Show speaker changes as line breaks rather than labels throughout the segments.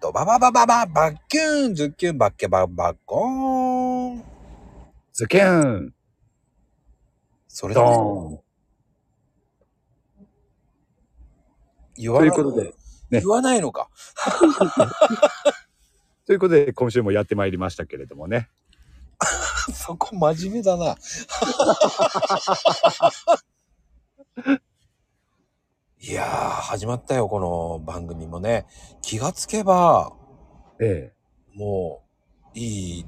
と、ババババババッキューン、ズッキュン、バッケババッコーン。
ズキュン
それ
ド
だね。
ーン
言わな
とい
い
うことで、ね
言わないのか。
ということで、今週もやってまいりましたけれどもね。
そこ真面目だな。 いやー、始まったよ、この番組もね。気がつけば、
ええ。
もう、いい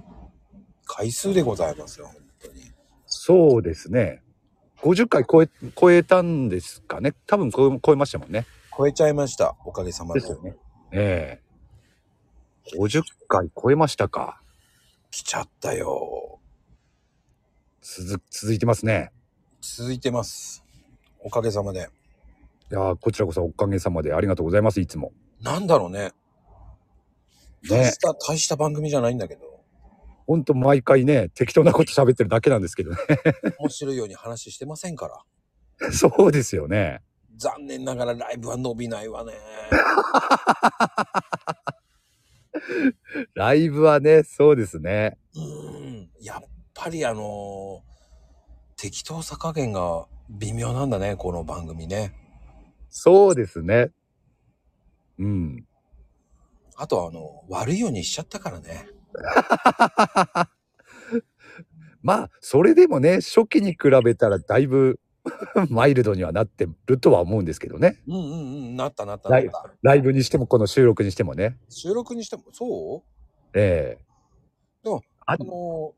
回数でございますよ、本当に。
そうですね。50回超え、超えたんですかね。多分超え超えましたもんね。
超えちゃいました、おかげさまで。。
ええ。50回超えましたか。
来ちゃったよ。
続、続いてますね。
続いてます。おかげさまで。
いやーこちらこそおかげさまでありがとうございます、いつも。
なんだろうね。大
ね
し。た、大した番組じゃないんだけど、
ほんと毎回ね、適当なこと喋ってるだけなんですけどね。
面白いように話してませんから。
そうですよね。
残念ながらライブは伸びないわね。
ライブはね、そうですね。
うーん。やっぱりあのー適当さ加減が微妙なんだね、この番組ね。
そうですね。うん。
あとあの、悪いようにしちゃったからね。
まあ、それでもね、初期に比べたらだいぶ マイルドにはなってるとは思うんですけどね。
うんうんうん、なったなったな
ラ
っ
イブ
た。
ライブにしても、この収録にしてもね。
収録にしても、そう
ええ
あ
あ
のー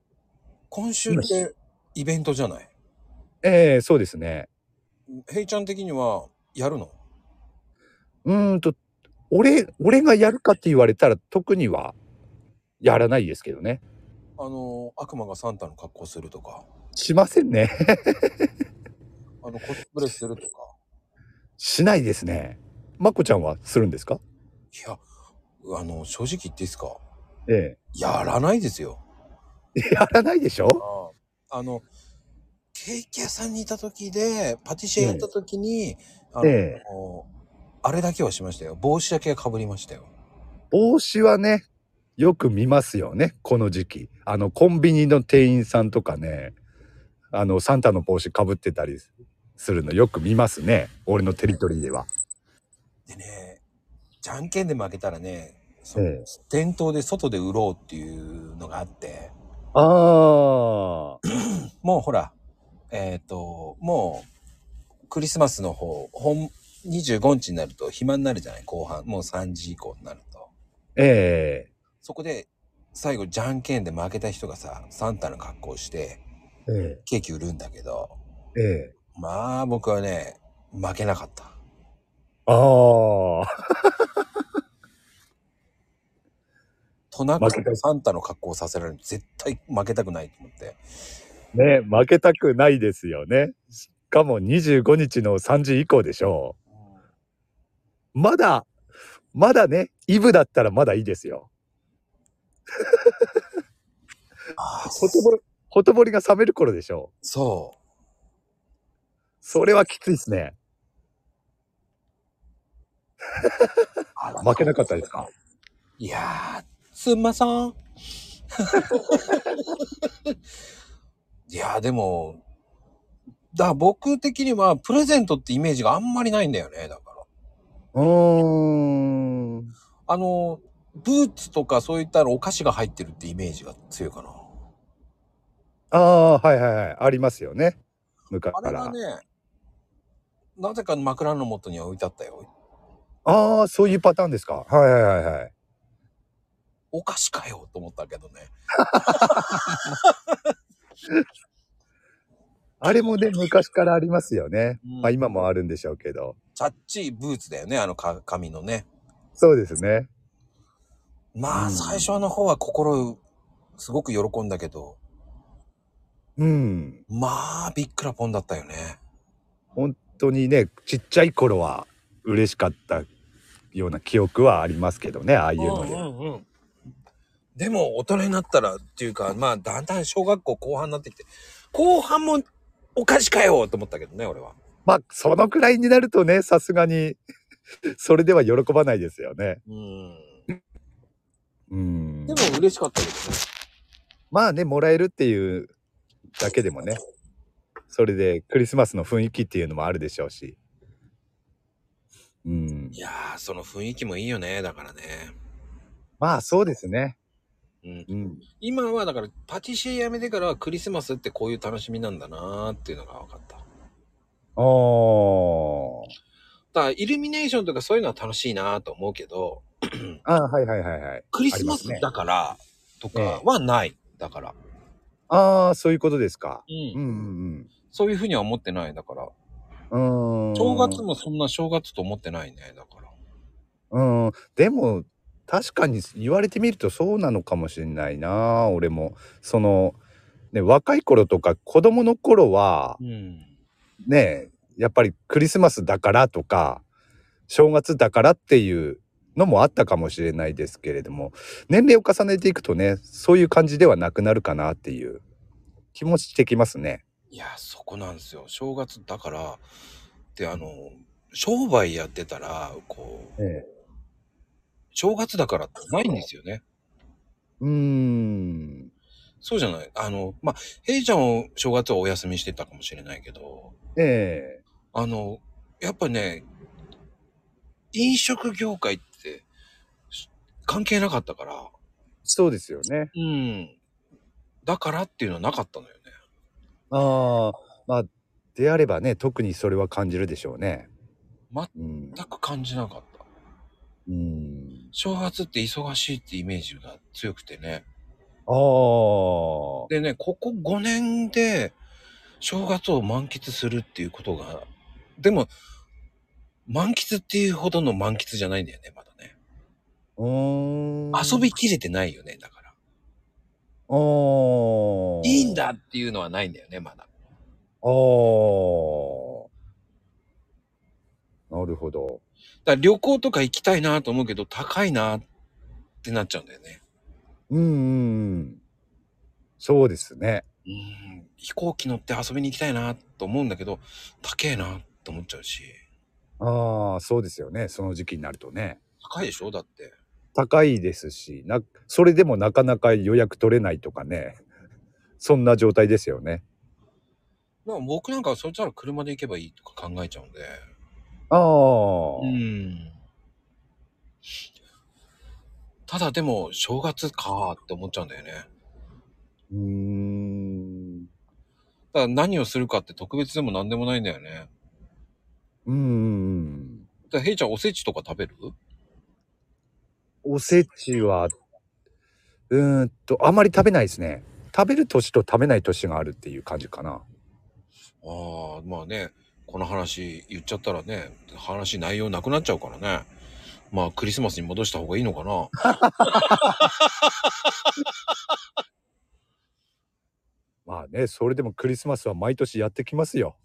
今週ってイベントじゃない
ええそうですね。
ヘイちゃん的にはやるの
うーんと、俺、俺がやるかって言われたら特にはやらないですけどね。
あのー悪魔がサンタの格好するとか、
しませんね。
あの、コスプレするとか。
しないですね。まこちゃんはするんですか
いや、あの、正直言っていいですか
え
やらないですよ。
え。 やらないでしょ
あの、ケーキ屋さんにいた時で、パティシエやった時に、あの、
え
あれだけはしましたよ。帽子だけは被りましたよ。
帽子はね、よく見ますよね。この時期。あの、コンビニの店員さんとかね、あの、サンタの帽子かぶってたりするのよく見ますね。俺のテリトリーでは。
でね、じゃんけんで負けたらね、そ
ええ
店頭で外で売ろうっていうのがあって、
ああ。
もうほら、えっ、と、もう、クリスマスの方、ほん、25日になると暇になるじゃない後半。もう3時以降になると。
え
そこで、最後、じゃんけんで負けた人がさ、サンタの格好をして、
ええ
ケーキ売るんだけど、
えええ
まあ僕はね、負けなかった。
ああ。
トナカイ
負けた
とサンタの格好をさせられる絶対負けたくないと思って。
ね、負けたくないですよね。しかも25日の3時以降でしょう。まだ、まだね、イブだったらまだいいですよ。
ああ、
ほとぼり、ほとぼりが冷める頃でしょう。
そ
それはきついですね。
う。あら
負けなかったですか
いやー、すんまさん。 いやーでも、だから僕的にはプレゼントってイメージがあんまりないんだよね、だから。
うーん。
あの、ブーツとかそういったらお菓子が入ってるってイメージが強いかな。
ああ、はいはいはい。ありますよね。昔
あ
か
れ
ら。
がね、なぜか枕の元には置いてあったよ。
ああ、そういうパターンですか。はいはいはいはい。
お菓子かよと思ったけどね。
あれもね、昔からありますよね。
うん
まあ今もあるんでしょうけど。
チャッチーブーツだよね、あのか髪のね。
そうですね。
まあ、
うん
最初の方は心、すごく喜んだけど、
うん。
まあ、びっくらぽんだったよね。
本当にね、ちっちゃい頃は嬉しかったような記憶はありますけどね、ああいうので。
んうんうんでも、大人になったらっていうか、まあ、だんだん小学校後半になってきて、後半もお菓子かよと思ったけどね、俺は。
まあ、そのくらいになるとね、さすがに、それでは喜ばないですよね。
うん。
うん
でも嬉しかったけどね。
まあねもらえるっていうだけでもねそれでクリスマスの雰囲気っていうのもあるでしょうしうん
いやー、その雰囲気もいいよね。だからね。
まあそうですね
うん、
うん
今はだからパティシエ辞めてからはクリスマスってこういう楽しみなんだなーっていうのが分かった。だか
あー
らイルミネーションとかそういうのは楽しいなーと思うけど、
あはいはいはいはい
クリスマス
ありますね
だからとかはない。だから、
ああそういうことですか
うん
うんうん
そういうふうには思ってない。だから、
うんうーん
正月もそんな正月と思ってないね。だから。
うんでも確かに言われてみるとそうなのかもしれないな俺もそのね若い頃とか子供の頃は
うん。
ねやっぱりクリスマスだからとか正月だからっていうのもあったかもしれないですけれども年齢を重ねていくとねそういう感じではなくなるかなっていう気もしてきますね。
いや、そこなんですよ。正月だから、で、あの、商売やってたら、こう、
え
正月だからってないんですよね。
うーん
そうじゃない。あの、まあ、平ちゃんを正月はお休みしてたかもしれないけど、
ええ
あの、やっぱね、飲食業界ってし関係なかったから、
そうですよね。
うん。だからっていうのはなかったのよね。
ああまあであればね特にそれは感じるでしょうね。
ま
うん
全く感じなかった。
うん
正月って忙しいってイメージが強くてね。
ああ
でね、ここ5年で正月を満喫するっていうことが、でも、満喫っていうほどの満喫じゃないんだよね、まだね。
うーん
遊びきれてないよね、だから。
あー
いいんだっていうのはないんだよね、まだ。
あーなるほど。
だから旅行とか行きたいなと思うけど、高いなってなっちゃうんだよね。
うんうんうん。そうですね。
うん、飛行機乗って遊びに行きたいなと思うんだけど、高えなと思っちゃうし。
ああ、そうですよね。その時期になるとね。
高いでしょだって。
高いですし、な、それでもなかなか予約取れないとかね。そんな状態ですよね。
まあ僕なんかはそしたら車で行けばいいとか考えちゃうんで。
ああ、
うん。ただでも正月かーって思っちゃうんだよね。
うー
だ
ん。
から何をするかって特別でも何でもないんだよね。
うんうんうん。
だからヘイちゃんおせちとか食べる
おせちは、うーんと、あまり食べないですね。食べる年と食べない年があるっていう感じかな。
ああ、まあね、この話言っちゃったらね、話内容なくなっちゃうからね。まあクリスマスに戻した方がいいのかな。
まあね、それでもクリスマスは毎年やってきますよ。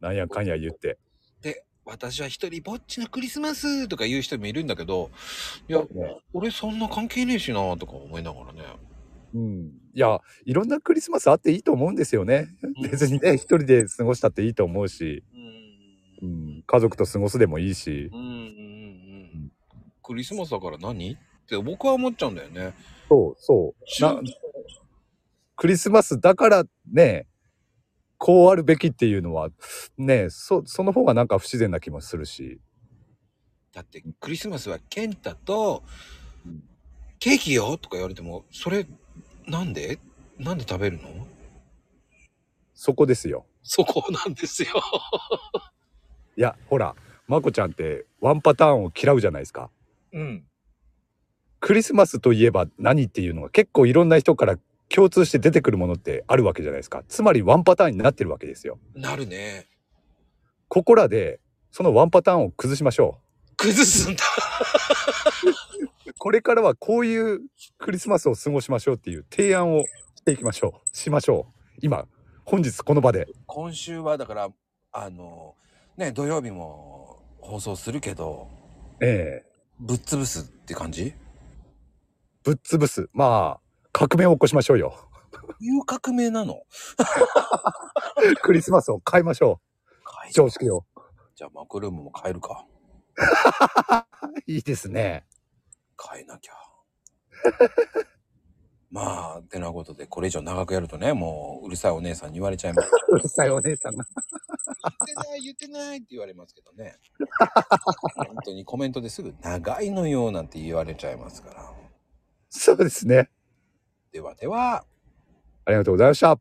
なんやかんや言って。
で、私は一人ぼっちのクリスマスとか言う人もいるんだけど、いや、俺そんな関係ねえしなとか思いながらね。
うん。いや、いろんなクリスマスあっていいと思うんですよね。
うん
別にね、一人で過ごしたっていいと思うし、
う。
うんん、家族と過ごすでもいいし。
うんうんうんうん。クリスマスだから何って僕は思っちゃうんだよね。
そうそう。なクリスマスだからね、こうあるべきっていうのは、ね、そ、その方がなんか不自然な気もするし。
だってクリスマスはケンタと
うん
「ケーキよ!」とか言われても「それなんでなんで食べるの?
そこですよ。」
そこなんですよ。
いや、ほら、まこちゃんってワンパターンを嫌うじゃないですか。
うん。
クリスマスといえば何っていうのが結構いろんな人から共通して出てくるものってあるわけじゃないですか。つまりワンパターンになってるわけですよ。
なるね。
ここらでそのワンパターンを崩しましょ
崩すんだ。
う。これからはこういうクリスマスを過ごしましょうっていう提案をしていきましょう。しましょう。今、本日この場で。
今週はだからあのね土曜日も放送するけど
ええ
ぶっ潰すって感じ
ぶっ潰す。まあ、革命を起こしましょうよ。
いう革命なの
クリスマスを変えましょう。常識を。
じゃあマクルームも変えるか。
いいですね。
変えなきゃ。まあ、てなことで、これ以上長くやるとね、もう、うるさいお姉さんに言われちゃいます。
うるさいお姉さんが。
言ってない、言ってないって言われますけどね。本当にコメントですぐ、長いのよなんて言われちゃいますから。
そうですね。
ではでは。
ありがとうございました。